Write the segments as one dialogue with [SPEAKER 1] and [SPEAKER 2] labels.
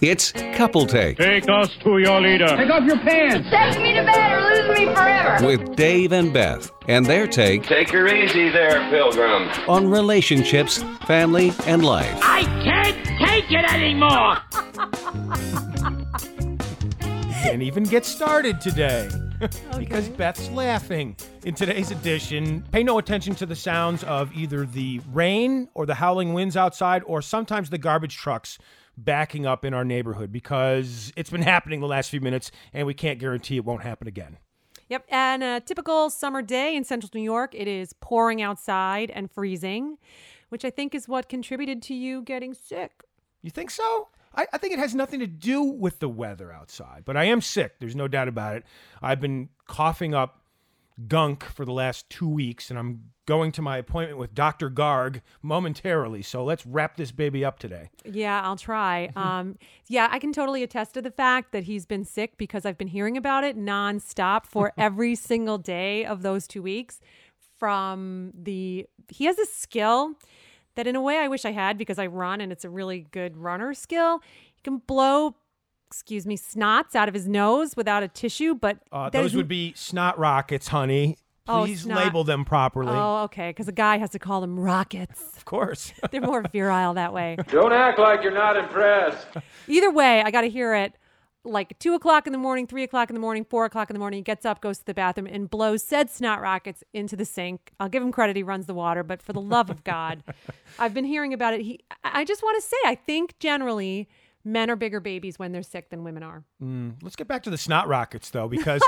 [SPEAKER 1] It's Couple Take
[SPEAKER 2] Take us to your leader.
[SPEAKER 3] Take off your pants.
[SPEAKER 4] Send me to bed or lose me forever.
[SPEAKER 1] with Dave and Beth and their take
[SPEAKER 5] Take her easy there, Pilgrim.
[SPEAKER 1] on relationships, family, and life.
[SPEAKER 6] I can't take it anymore.
[SPEAKER 7] Can't even get started today because Beth's laughing. In today's edition, pay no attention to the sounds of either the rain or the howling winds outside or sometimes the garbage trucks backing up in our neighborhood because it's been happening the last few minutes and we can't guarantee it won't happen again.
[SPEAKER 8] Yep. And a typical summer day in central New York, it is pouring outside and freezing, which I think is what contributed to you getting sick.
[SPEAKER 7] You think so? I, I think it has nothing to do with the weather outside, but I am sick. There's no doubt about it. I've been coughing up gunk for the last two weeks, and I'm going to my appointment with Dr. Garg momentarily. So let's wrap this baby up today.
[SPEAKER 8] Yeah, I'll try.
[SPEAKER 7] Mm-hmm.
[SPEAKER 8] Um, yeah, I can totally attest to the fact that he's been sick because I've been hearing about it nonstop for every single day of those two weeks. From the, he has a skill that in a way I wish I had because I run and it's a really good runner skill. He can blow, excuse me, snots out of his nose without a tissue, but
[SPEAKER 7] Uh,
[SPEAKER 8] that is
[SPEAKER 7] those would be snot rockets, honey.
[SPEAKER 8] Oh,
[SPEAKER 7] Please
[SPEAKER 8] snot-
[SPEAKER 7] label them properly.
[SPEAKER 8] Oh, okay. Because a guy has to call them rockets.
[SPEAKER 7] Of course.
[SPEAKER 8] They're more virile that way.
[SPEAKER 3] Don't act like you're not impressed.
[SPEAKER 8] Either way, I got to hear it like two o'clock in the morning, three o'clock in the morning, four o'clock in the morning. He gets up, goes to the bathroom, and blows said snot rockets into the sink. I'll give him credit. He runs the water, but for the love of God, I've been hearing about it. He, I I just want to say, I think generally men are bigger babies when they're sick than women are.
[SPEAKER 7] Let's get back to the snot rockets, though, because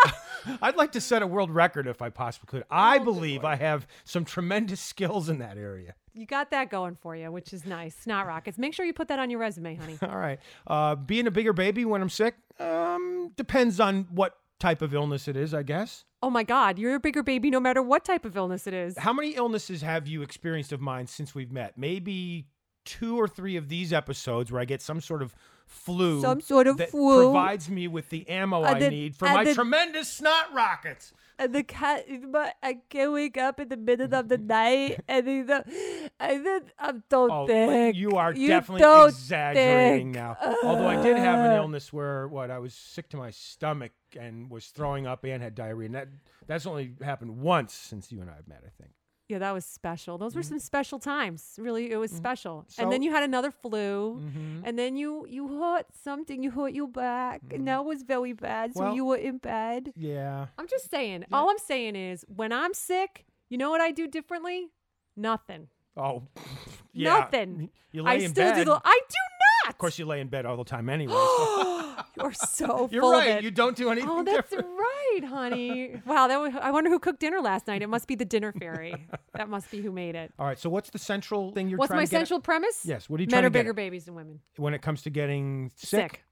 [SPEAKER 7] I'd like to set a world record if I possibly could.
[SPEAKER 8] Oh,
[SPEAKER 7] I believe I have some tremendous skills in that area.
[SPEAKER 8] You got that going for you, which is nice. Snot rockets. Make sure you put that on your resume, honey.
[SPEAKER 7] All right. Uh, being a bigger baby when I'm sick um, depends on what type of illness it is, I guess.
[SPEAKER 8] Oh my God, you're a bigger baby no matter what type of illness it is.
[SPEAKER 7] How many illnesses have you experienced of mine since we've met? Maybe two or three of these episodes where I get some sort of flu.
[SPEAKER 8] Some sort of
[SPEAKER 7] that
[SPEAKER 8] flu.
[SPEAKER 7] provides me with the ammo
[SPEAKER 8] Uh,
[SPEAKER 7] I
[SPEAKER 8] the-
[SPEAKER 7] need for
[SPEAKER 8] uh,
[SPEAKER 7] my
[SPEAKER 8] the-
[SPEAKER 7] tremendous snot rockets.
[SPEAKER 8] And the cat, but I can't wake up in the middle of the night, and he's a, and then I'm don't
[SPEAKER 7] Oh,
[SPEAKER 8] think.
[SPEAKER 7] you are
[SPEAKER 8] You
[SPEAKER 7] definitely
[SPEAKER 8] don't
[SPEAKER 7] exaggerating
[SPEAKER 8] think.
[SPEAKER 7] now. Although I did have an illness where what I was sick to my stomach and was throwing up and had diarrhea. And that that's only happened once since you and I have met, I think.
[SPEAKER 8] Yeah, that was special. Those were some special times. Really, it was special. and
[SPEAKER 7] Mm-hmm. So-
[SPEAKER 8] then
[SPEAKER 7] Mm-hmm.
[SPEAKER 8] you had another flu, and then you you hurt something. You hurt your back, and that was very bad. So
[SPEAKER 7] Well-
[SPEAKER 8] you were in bed.
[SPEAKER 7] Yeah.
[SPEAKER 8] I'm just saying. All I'm saying is, when I'm sick, you know what I do differently? Nothing.
[SPEAKER 7] Oh, yeah.
[SPEAKER 8] Nothing.
[SPEAKER 7] You lay
[SPEAKER 8] I
[SPEAKER 7] in
[SPEAKER 8] still
[SPEAKER 7] bed.
[SPEAKER 8] do the. I do not.
[SPEAKER 7] Of course, you lay in bed all the time anyway. so-
[SPEAKER 8] you are so.
[SPEAKER 7] You're
[SPEAKER 8] full of
[SPEAKER 7] right.
[SPEAKER 8] it.
[SPEAKER 7] You don't do anything
[SPEAKER 8] Oh, that's
[SPEAKER 7] different.
[SPEAKER 8] right, honey. wow, that was, I wonder who cooked dinner last night. It must be the dinner fairy. that must be who made it.
[SPEAKER 7] All right. So, what's the central thing you're
[SPEAKER 8] What's
[SPEAKER 7] trying
[SPEAKER 8] my
[SPEAKER 7] to get at
[SPEAKER 8] central premise?
[SPEAKER 7] Yes, what are you
[SPEAKER 8] Men
[SPEAKER 7] trying to
[SPEAKER 8] are
[SPEAKER 7] get
[SPEAKER 8] bigger
[SPEAKER 7] at?
[SPEAKER 8] babies than women.
[SPEAKER 7] when it comes to getting sick?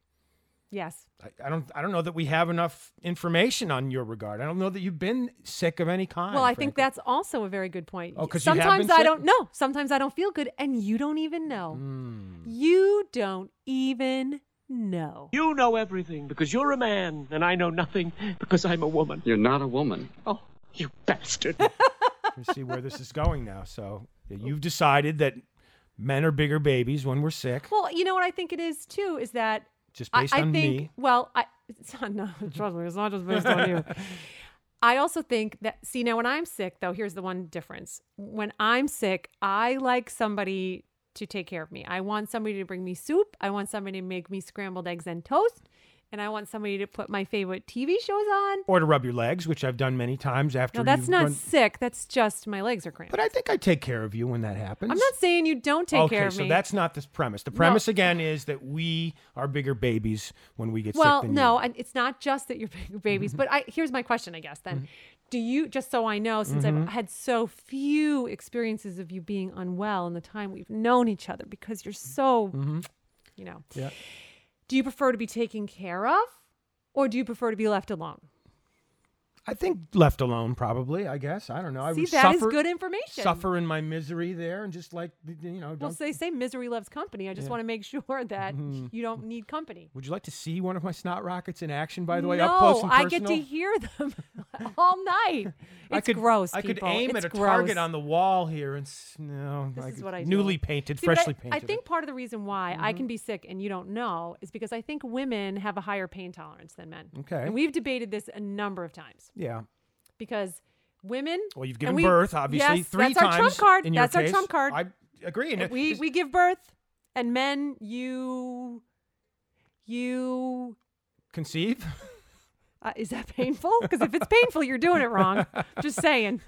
[SPEAKER 8] Yes.
[SPEAKER 7] I, I don't. I don't know that we have enough information on your regard. I don't know that you've been sick of any kind.
[SPEAKER 8] Well, I think
[SPEAKER 7] frankly.
[SPEAKER 8] that's also a very good point.
[SPEAKER 7] Oh, 'cause you have been
[SPEAKER 8] sometimes I
[SPEAKER 7] sick?
[SPEAKER 8] don't know. Sometimes I don't feel good, and you don't even know.
[SPEAKER 7] Hmm.
[SPEAKER 8] You don't even know.
[SPEAKER 6] You know everything because you're a man, and I know nothing because I'm a woman.
[SPEAKER 5] You're not a woman.
[SPEAKER 6] Oh, you bastard.
[SPEAKER 7] We see where this is going now. So yeah,
[SPEAKER 8] Oh.
[SPEAKER 7] you've decided that men are bigger babies when we're sick,
[SPEAKER 8] Well, you know what I think it is too is that
[SPEAKER 7] just
[SPEAKER 8] I,
[SPEAKER 7] based
[SPEAKER 8] I
[SPEAKER 7] on
[SPEAKER 8] think,
[SPEAKER 7] me.
[SPEAKER 8] Well, I it's not, no, trust me, it's not just based on you. I also think that see now when I'm sick though, here's the one difference. When I'm sick, I like somebody to take care of me. I want somebody to bring me soup. I want somebody to make me scrambled eggs and toast, and I want somebody to put my favorite TV shows on.
[SPEAKER 7] Or to rub your legs, which I've done many times after.
[SPEAKER 8] No, that's
[SPEAKER 7] you've
[SPEAKER 8] not
[SPEAKER 7] run-
[SPEAKER 8] sick. That's just my legs are cramped.
[SPEAKER 7] But I think I take care of you when that happens.
[SPEAKER 8] I'm not saying you don't take
[SPEAKER 7] okay,
[SPEAKER 8] care of
[SPEAKER 7] so
[SPEAKER 8] me.
[SPEAKER 7] that's not the premise. The premise again is that we are bigger babies when we get
[SPEAKER 8] Well,
[SPEAKER 7] sick. than
[SPEAKER 8] no,
[SPEAKER 7] you. Mm-hmm.
[SPEAKER 8] and it's not just that you're big babies, but I here's my question, I guess. Then, do you just so I know, since
[SPEAKER 7] Mm-hmm.
[SPEAKER 8] I've had so few experiences of you being unwell in the time we've known each other, because you're so, you know,
[SPEAKER 7] Mm-hmm. Yeah.
[SPEAKER 8] do you prefer to be taken care of, or do you prefer to be left alone?
[SPEAKER 7] I think left alone, probably. I guess I don't know. I
[SPEAKER 8] See,
[SPEAKER 7] would
[SPEAKER 8] that is
[SPEAKER 7] suffer,
[SPEAKER 8] good information.
[SPEAKER 7] Suffer in my misery there, and just like you know,
[SPEAKER 8] Well,
[SPEAKER 7] don't. Mm-hmm.
[SPEAKER 8] so they say misery loves company. I just want to make sure that you don't need company.
[SPEAKER 7] would you like to see one of my snot rockets in action? By the way,
[SPEAKER 8] no,
[SPEAKER 7] up close and
[SPEAKER 8] I
[SPEAKER 7] personal.
[SPEAKER 8] get to hear them. all night. It's
[SPEAKER 7] I could,
[SPEAKER 8] gross.
[SPEAKER 7] I could
[SPEAKER 8] people.
[SPEAKER 7] aim
[SPEAKER 8] It's
[SPEAKER 7] at a
[SPEAKER 8] gross.
[SPEAKER 7] target on the wall here and s- no.
[SPEAKER 8] This
[SPEAKER 7] I
[SPEAKER 8] is
[SPEAKER 7] could-
[SPEAKER 8] what I do.
[SPEAKER 7] newly painted,
[SPEAKER 8] See, but I-
[SPEAKER 7] freshly painted.
[SPEAKER 8] I think part of the reason why I can be sick and you don't know is because I think women have a higher pain tolerance than men.
[SPEAKER 7] Okay.
[SPEAKER 8] And we've debated this a number of times
[SPEAKER 7] Yeah.
[SPEAKER 8] because women.
[SPEAKER 7] Well, you've
[SPEAKER 8] and
[SPEAKER 7] given
[SPEAKER 8] we-
[SPEAKER 7] birth, obviously,
[SPEAKER 8] yes,
[SPEAKER 7] three
[SPEAKER 8] that's
[SPEAKER 7] times.
[SPEAKER 8] our trump card.
[SPEAKER 7] in your
[SPEAKER 8] that's our
[SPEAKER 7] case.
[SPEAKER 8] trump card.
[SPEAKER 7] I agree. And it-
[SPEAKER 8] we
[SPEAKER 7] is-
[SPEAKER 8] we give birth, and men, you, you.
[SPEAKER 7] conceive.
[SPEAKER 8] Uh, is that painful? Because if it's painful, you're doing it wrong. Just saying.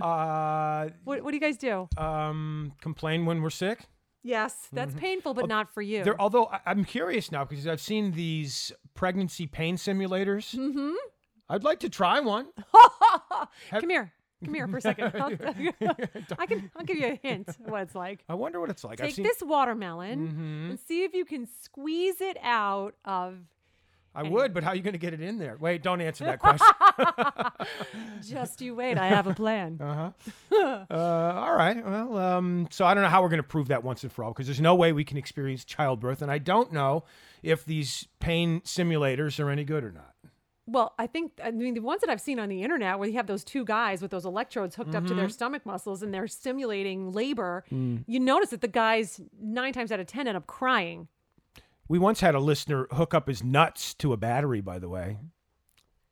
[SPEAKER 7] Uh,
[SPEAKER 8] What, what do you guys do?
[SPEAKER 7] um, complain when we're sick.
[SPEAKER 8] yes, that's
[SPEAKER 7] Mm-hmm.
[SPEAKER 8] painful,
[SPEAKER 7] Oh,
[SPEAKER 8] but not for you.
[SPEAKER 7] There, although I, I'm curious now because I've seen these pregnancy pain simulators. Mm-hmm. I'd like to try one.
[SPEAKER 8] Come here. Come here for a second. I'll, I can, I'll give you a hint of what it's like.
[SPEAKER 7] I wonder what it's like. I've
[SPEAKER 8] Take
[SPEAKER 7] seen, Mm-hmm.
[SPEAKER 8] this watermelon and see if you can squeeze it out of
[SPEAKER 7] I would, but how are you going to get it in there? Wait, don't answer that question.
[SPEAKER 8] just you wait. I have a plan.
[SPEAKER 7] Uh-huh. Uh, all right. Well, um, so I don't know how we're going to prove that once and for all because there's no way we can experience childbirth, and I don't know if these pain simulators are any good or not.
[SPEAKER 8] Well, I think I mean the ones that I've seen on the internet where you have those two guys with those electrodes hooked up to
[SPEAKER 7] Mm-hmm.
[SPEAKER 8] their stomach muscles and they're simulating labor.
[SPEAKER 7] Mm.
[SPEAKER 8] You notice that the guys nine times out of ten end up crying.
[SPEAKER 7] We once had a listener hook up his nuts to a battery. By the way,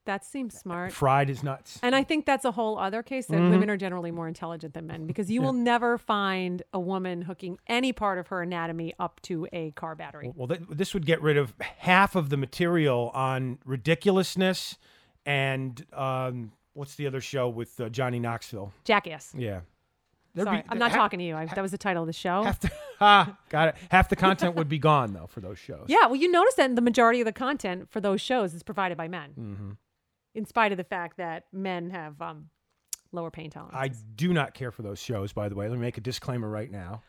[SPEAKER 8] That seems smart.
[SPEAKER 7] fried his nuts.
[SPEAKER 8] And I think that's a whole other case that
[SPEAKER 7] Mm-hmm.
[SPEAKER 8] women are generally more intelligent than men because you will never find a woman hooking any part of her anatomy up to a car battery.
[SPEAKER 7] Well, th- this would get rid of half of the material on ridiculousness and um, what's the other show with uh, Johnny Knoxville?
[SPEAKER 8] Jackass.
[SPEAKER 7] Yeah. There'd
[SPEAKER 8] Sorry,
[SPEAKER 7] be-
[SPEAKER 8] I'm not
[SPEAKER 7] ha-
[SPEAKER 8] talking to you. I, that was the title of the show.
[SPEAKER 7] Half the, ha, got it. Half the content would be gone though for those shows.
[SPEAKER 8] Yeah, well, you notice that the majority of the content for those shows is provided by men,
[SPEAKER 7] Mm-hmm.
[SPEAKER 8] in spite of the fact that men have um, lower pain tolerance.
[SPEAKER 7] I do not care for those shows, by the way. Let me make a disclaimer right now.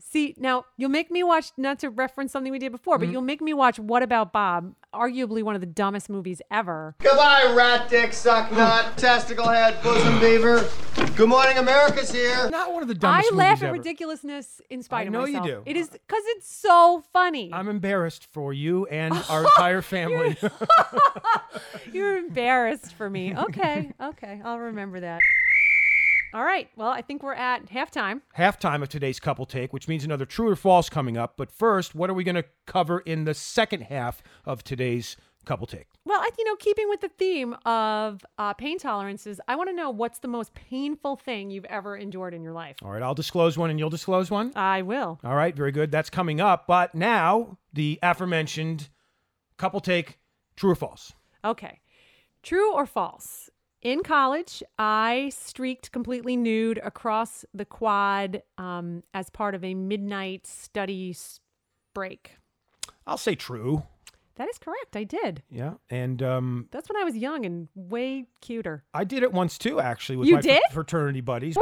[SPEAKER 8] See, now you'll make me watch, not to reference something we did before,
[SPEAKER 7] Mm-hmm.
[SPEAKER 8] but you'll make me watch What About Bob, arguably one of the dumbest movies ever.
[SPEAKER 2] Goodbye, rat dick, suck nut, testicle head, bosom beaver. Good morning, America's here.
[SPEAKER 7] Not one of the
[SPEAKER 8] Uh, I
[SPEAKER 7] dumbest
[SPEAKER 8] laugh
[SPEAKER 7] movies
[SPEAKER 8] at
[SPEAKER 7] ever.
[SPEAKER 8] ridiculousness in spite of
[SPEAKER 7] know you
[SPEAKER 8] myself.
[SPEAKER 7] do.
[SPEAKER 8] It is because it's so funny.
[SPEAKER 7] I'm embarrassed for you and our entire family.
[SPEAKER 8] You're embarrassed for me. Okay, okay, I'll remember that. All right. Well, I think we're at halftime.
[SPEAKER 7] Halftime of today's couple take, which means another true or false coming up. But first, what are we going to cover in the second half of today's couple take?
[SPEAKER 8] Well, I, you know, keeping with the theme of uh, pain tolerances, I want to know what's the most painful thing you've ever endured in your life.
[SPEAKER 7] All right, I'll disclose one and you'll disclose one.
[SPEAKER 8] I will.
[SPEAKER 7] All right, very good. That's coming up. But now, the aforementioned couple take true or false.
[SPEAKER 8] Okay. True or false? In college, I streaked completely nude across the quad um, as part of a midnight study s- break.
[SPEAKER 7] I'll say true.
[SPEAKER 8] That is correct. I did.
[SPEAKER 7] Yeah. And um,
[SPEAKER 8] That's when I was young and way cuter.
[SPEAKER 7] I did it once too, actually, with
[SPEAKER 8] You
[SPEAKER 7] my fr-
[SPEAKER 8] did?
[SPEAKER 7] fraternity buddies.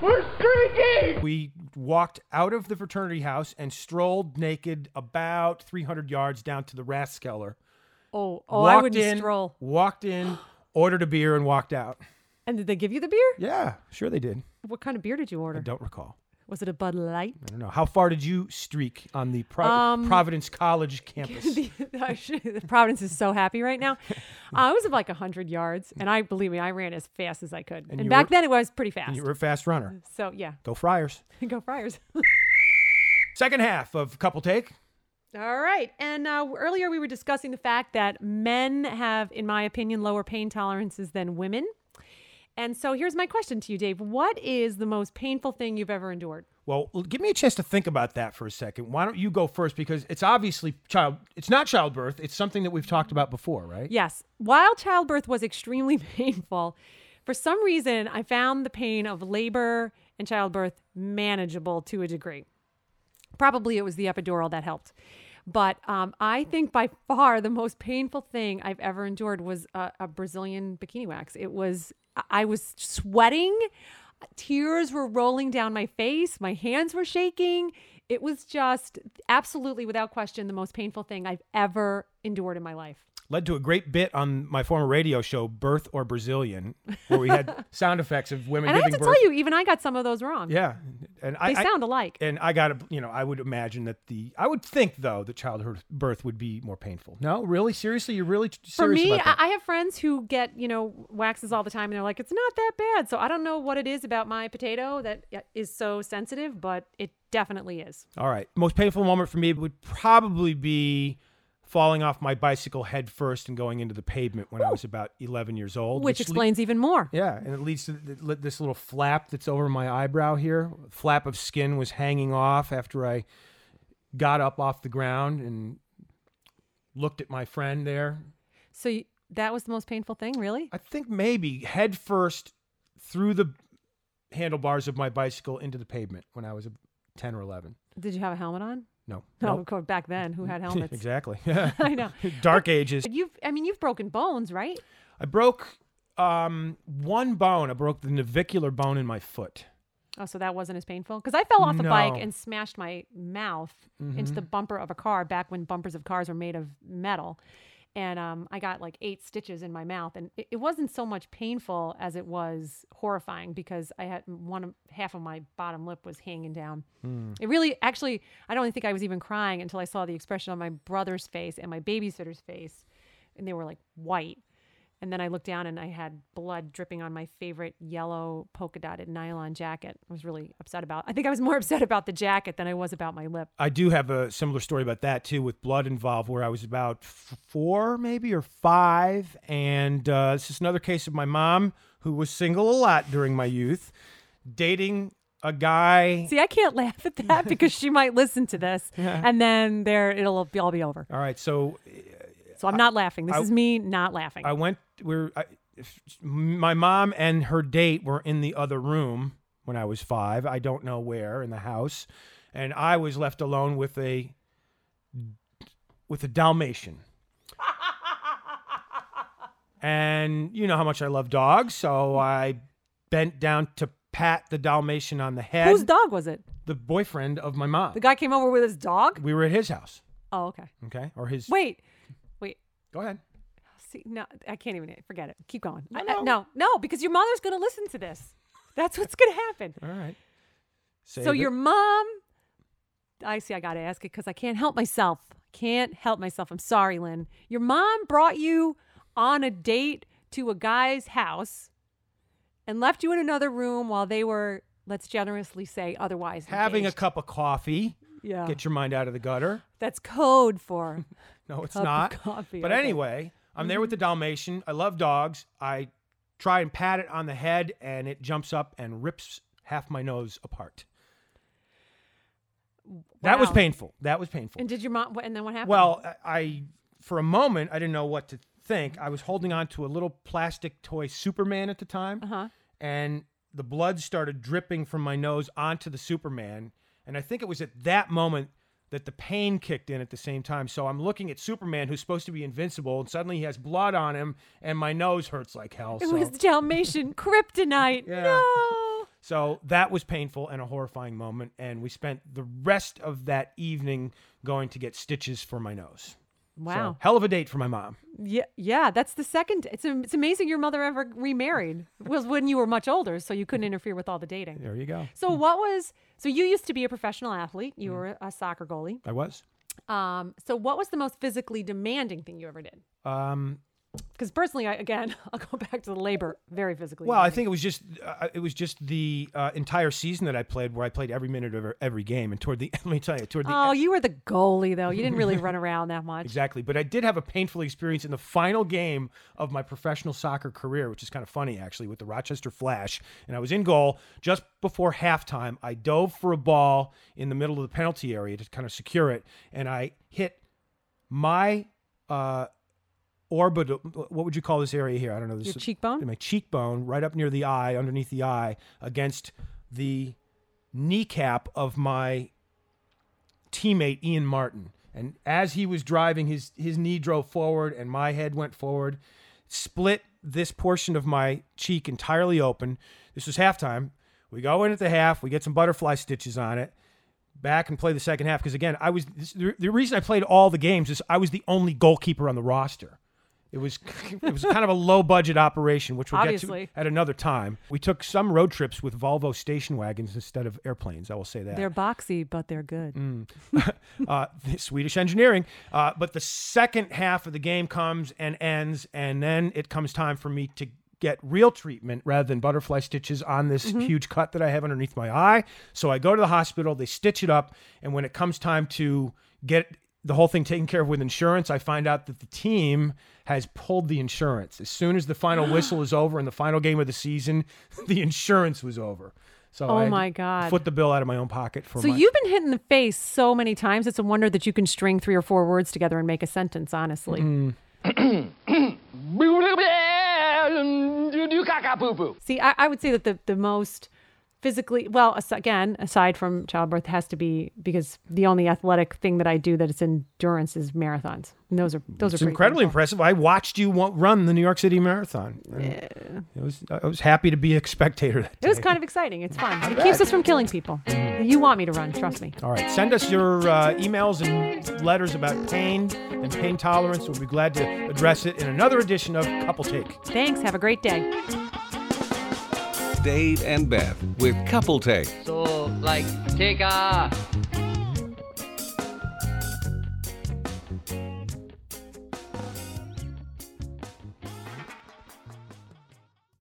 [SPEAKER 4] We're streaking!
[SPEAKER 7] We walked out of the fraternity house and strolled naked about 300 yards down to the Rathskeller.
[SPEAKER 8] Oh, oh,
[SPEAKER 7] walked
[SPEAKER 8] I would
[SPEAKER 7] in,
[SPEAKER 8] stroll.
[SPEAKER 7] Walked in, ordered a beer, and walked out.
[SPEAKER 8] And did they give you the beer?
[SPEAKER 7] Yeah, sure they did.
[SPEAKER 8] What kind of beer did you
[SPEAKER 7] I
[SPEAKER 8] order?
[SPEAKER 7] don't recall.
[SPEAKER 8] Was it a Bud Light?
[SPEAKER 7] I don't know. How far did you streak on the Pro-
[SPEAKER 8] Um,
[SPEAKER 7] Providence College campus?
[SPEAKER 8] the, the Providence is so happy right now. Uh, I was of like 100 yards, and I believe me, I ran as fast as I could. And,
[SPEAKER 7] you
[SPEAKER 8] back
[SPEAKER 7] were-
[SPEAKER 8] then, it was pretty fast.
[SPEAKER 7] you were a fast runner.
[SPEAKER 8] so, yeah,
[SPEAKER 7] Go Friars.
[SPEAKER 8] go Friars.
[SPEAKER 7] Second half of Couple Take.
[SPEAKER 8] All right. And uh, earlier, we were discussing the fact that men have, in my opinion, lower pain tolerances than women. And so, here's my question to you, Dave What is the most painful thing you've ever endured?
[SPEAKER 7] Well, l- give me a chance to think about that for a second. Why don't you go first? Because it's obviously child. It's not childbirth. It's something that we've talked about before, right?
[SPEAKER 8] Yes. While childbirth was extremely painful, for some reason, I found the pain of labor and childbirth manageable to a degree. Probably it was the epidural that helped. But um, I think by far the most painful thing I've ever endured was a, a Brazilian bikini wax. It was, I- I was sweating, tears were rolling down my face, my hands were shaking. It was just absolutely, without question, the most painful thing I've ever endured in my life.
[SPEAKER 7] Led to a great bit on my former radio show, Birth or Brazilian, where we had sound effects of women
[SPEAKER 8] And I
[SPEAKER 7] giving
[SPEAKER 8] have to
[SPEAKER 7] birth.
[SPEAKER 8] tell you, even I got some of those wrong.
[SPEAKER 7] Yeah, And
[SPEAKER 8] They
[SPEAKER 7] I I-
[SPEAKER 8] sound alike.
[SPEAKER 7] and I gotta, you know, I would imagine that the, I would think though that childhood birth would be more painful. No, really, seriously, you're really t-
[SPEAKER 8] For
[SPEAKER 7] serious
[SPEAKER 8] me,
[SPEAKER 7] about
[SPEAKER 8] I
[SPEAKER 7] that.
[SPEAKER 8] I have friends who get, you know, waxes all the time and they're like, it's not that bad. So I don't know what it is about my potato that uh, is so sensitive, but it definitely is.
[SPEAKER 7] All right, most painful moment for me would probably be falling off my bicycle head first and going into the pavement when I was about 11 years old.
[SPEAKER 8] Which
[SPEAKER 7] le-
[SPEAKER 8] explains even more.
[SPEAKER 7] Yeah, and it leads to th- th- this little flap that's over my eyebrow here. Flap of skin was hanging off after I got up off the ground and looked at my friend there.
[SPEAKER 8] So you, that was the most painful thing, really?
[SPEAKER 7] I think maybe head first through the handlebars of my bicycle into the pavement when I was a 10 or 11.
[SPEAKER 8] Did you have a helmet on?
[SPEAKER 7] No.
[SPEAKER 8] No,
[SPEAKER 7] Nope.
[SPEAKER 8] Oh, of course, back then, who had helmets?
[SPEAKER 7] exactly.
[SPEAKER 8] I know.
[SPEAKER 7] Dark ages.
[SPEAKER 8] But You've, I mean, you've broken bones, right?
[SPEAKER 7] I broke um, one bone. I broke the navicular bone in my foot.
[SPEAKER 8] Oh, so that wasn't as painful? Because I fell off a bike
[SPEAKER 7] No.
[SPEAKER 8] and smashed my mouth into the bumper of a car back when bumpers of cars were made of metal. And um, I got like eight stitches in my mouth. And it, it wasn't so much painful as it was horrifying because I had one of, half of my bottom lip was hanging down. It really, actually, I don't think I was even crying until I saw the expression on my brother's face and my babysitter's face. And they were like white. And then I looked down and I had blood dripping on my favorite yellow polka dotted nylon jacket. I was really upset about. I think I was more upset about the jacket than I was about my lip.
[SPEAKER 7] I do have a similar story about that too, with blood involved, where I was about f- four, maybe or five, and uh, this is another case of my mom who was single a lot during my youth, dating a guy.
[SPEAKER 8] See, I can't laugh at that because she might listen to this, and then there it'll be all be over.
[SPEAKER 7] All right, so
[SPEAKER 8] So I'm not laughing. This is me not laughing.
[SPEAKER 7] I went. We're I, if- my mom and her date were in the other room when I was five. I don't know where in the house, and I was left alone with a with a Dalmatian. and you know how much I love dogs, so I bent down to pat the Dalmatian on the head.
[SPEAKER 8] Whose dog was it?
[SPEAKER 7] the boyfriend of my mom?
[SPEAKER 8] The guy came over with his dog.
[SPEAKER 7] we were at his house.
[SPEAKER 8] Oh, okay.
[SPEAKER 7] Okay, or his.
[SPEAKER 8] Wait, wait.
[SPEAKER 7] Go ahead.
[SPEAKER 8] See, no, I can't even forget it. Keep going. I- I- no, no, because your mother's gonna listen to this. That's what's gonna happen.
[SPEAKER 7] All right. Save
[SPEAKER 8] So
[SPEAKER 7] it.
[SPEAKER 8] your mom, I see. I gotta ask it because I can't help myself. Can't help myself. I'm sorry, Lynn. Your mom brought you on a date to a guy's house and left you in another room while they were, let's generously say, otherwise
[SPEAKER 7] having a
[SPEAKER 8] engaged.
[SPEAKER 7] cup of coffee.
[SPEAKER 8] yeah.
[SPEAKER 7] Get your mind out of the gutter.
[SPEAKER 8] That's code for
[SPEAKER 7] No, it's
[SPEAKER 8] Cup of
[SPEAKER 7] not.
[SPEAKER 8] coffee,
[SPEAKER 7] But
[SPEAKER 8] okay. Mm-hmm.
[SPEAKER 7] anyway, I'm there with the Dalmatian. I love dogs. I try and pat it on the head, and it jumps up and rips half my nose apart. That was
[SPEAKER 8] Wow.
[SPEAKER 7] painful. That was painful.
[SPEAKER 8] And did your mom? And then what happened?
[SPEAKER 7] well, I- I for a moment I didn't know what to think. I was holding on to a little plastic toy Superman at the time,
[SPEAKER 8] Uh-huh.
[SPEAKER 7] and the blood started dripping from my nose onto the Superman. And I think it was at that moment that the pain kicked in at the same time. So I'm looking at Superman, who's supposed to be invincible, and suddenly he has blood on him, and my nose hurts like hell.
[SPEAKER 8] it
[SPEAKER 7] so,
[SPEAKER 8] was Dalmatian kryptonite.
[SPEAKER 7] Yeah.
[SPEAKER 8] No.
[SPEAKER 7] so that was painful and a horrifying moment. And we spent the rest of that evening going to get stitches for my nose. So,
[SPEAKER 8] Wow.
[SPEAKER 7] hell of a date for my mom.
[SPEAKER 8] Yeah, yeah, that's the second. It's am- it's amazing your mother ever remarried. was when you were much older, so you couldn't interfere with all the dating.
[SPEAKER 7] There you go.
[SPEAKER 8] So what was so you used to be a professional athlete. You were a soccer goalie.
[SPEAKER 7] I was.
[SPEAKER 8] Um, so what was the most physically demanding thing you ever did?
[SPEAKER 7] Um,
[SPEAKER 8] Because personally, I again, I'll go back to the labor, very physically.
[SPEAKER 7] well, I think it was just uh, it was just the uh, entire season that I played, where I played every minute of er, every game. And toward the let me tell you, toward the e
[SPEAKER 8] Oh, you were the goalie though. You didn't really run around that much.
[SPEAKER 7] exactly. But I did have a painful experience in the final game of my professional soccer career, which is kind of funny actually, with the Rochester Flash. And I was in goal just before halftime. I dove for a ball in the middle of the penalty area to kind of secure it, and I hit my. Uh, orbital what would you call this area here i don't know this
[SPEAKER 8] Your cheekbone?
[SPEAKER 7] my cheekbone right up near the eye underneath the eye against the kneecap of my teammate Ian Martin. And as he was driving, his his knee drove forward and my head went forward, split this portion of my cheek entirely open. This was halftime. We go in at the half. We get some butterfly stitches on it. Back and play the second half because again, I was this, the, the reason I played all the games is I was the only goalkeeper on the roster. It was it was kind of a low budget operation, which we'll get
[SPEAKER 8] Obviously.
[SPEAKER 7] to at another time. We took some road trips with Volvo station wagons instead of airplanes. I will say that
[SPEAKER 8] They're boxy, but they're good.
[SPEAKER 7] Mm, uh, the Swedish engineering. Uh, but the second half of the game comes and ends, and then it comes time for me to get real treatment rather than butterfly stitches on this
[SPEAKER 8] Mm-hmm.
[SPEAKER 7] huge cut that I have underneath my eye. So I go to the hospital, they stitch it up, and when it comes time to get the whole thing taken care of with insurance, I find out that the team has pulled the insurance. As soon as the final whistle is over and the final game of the season, the insurance was over. So
[SPEAKER 8] Oh
[SPEAKER 7] I had
[SPEAKER 8] my
[SPEAKER 7] to
[SPEAKER 8] God.
[SPEAKER 7] Foot the bill out of my own pocket for
[SPEAKER 8] So
[SPEAKER 7] my
[SPEAKER 8] you've been hit in the face so many times. It's a wonder that you can string three or four words together and make a sentence. Honestly. See, I, I would say that the the most physically well as- again aside from childbirth has to be because the only athletic thing that I do that is endurance is marathons. And those are those
[SPEAKER 7] It's
[SPEAKER 8] are pretty
[SPEAKER 7] incredibly
[SPEAKER 8] painful.
[SPEAKER 7] impressive. I watched you wa- run the New York City Marathon. And It was I was happy to be a spectator. That
[SPEAKER 8] It was kind of exciting. It's fun. It keeps us from killing people. You want me to run, trust me.
[SPEAKER 7] All right, send us your uh, emails and letters about pain and pain tolerance. We'll be glad to address it in another edition of Couple Take.
[SPEAKER 8] Thanks. Have a great day.
[SPEAKER 1] Dave and Beth with Couple Take.
[SPEAKER 9] So, like, take a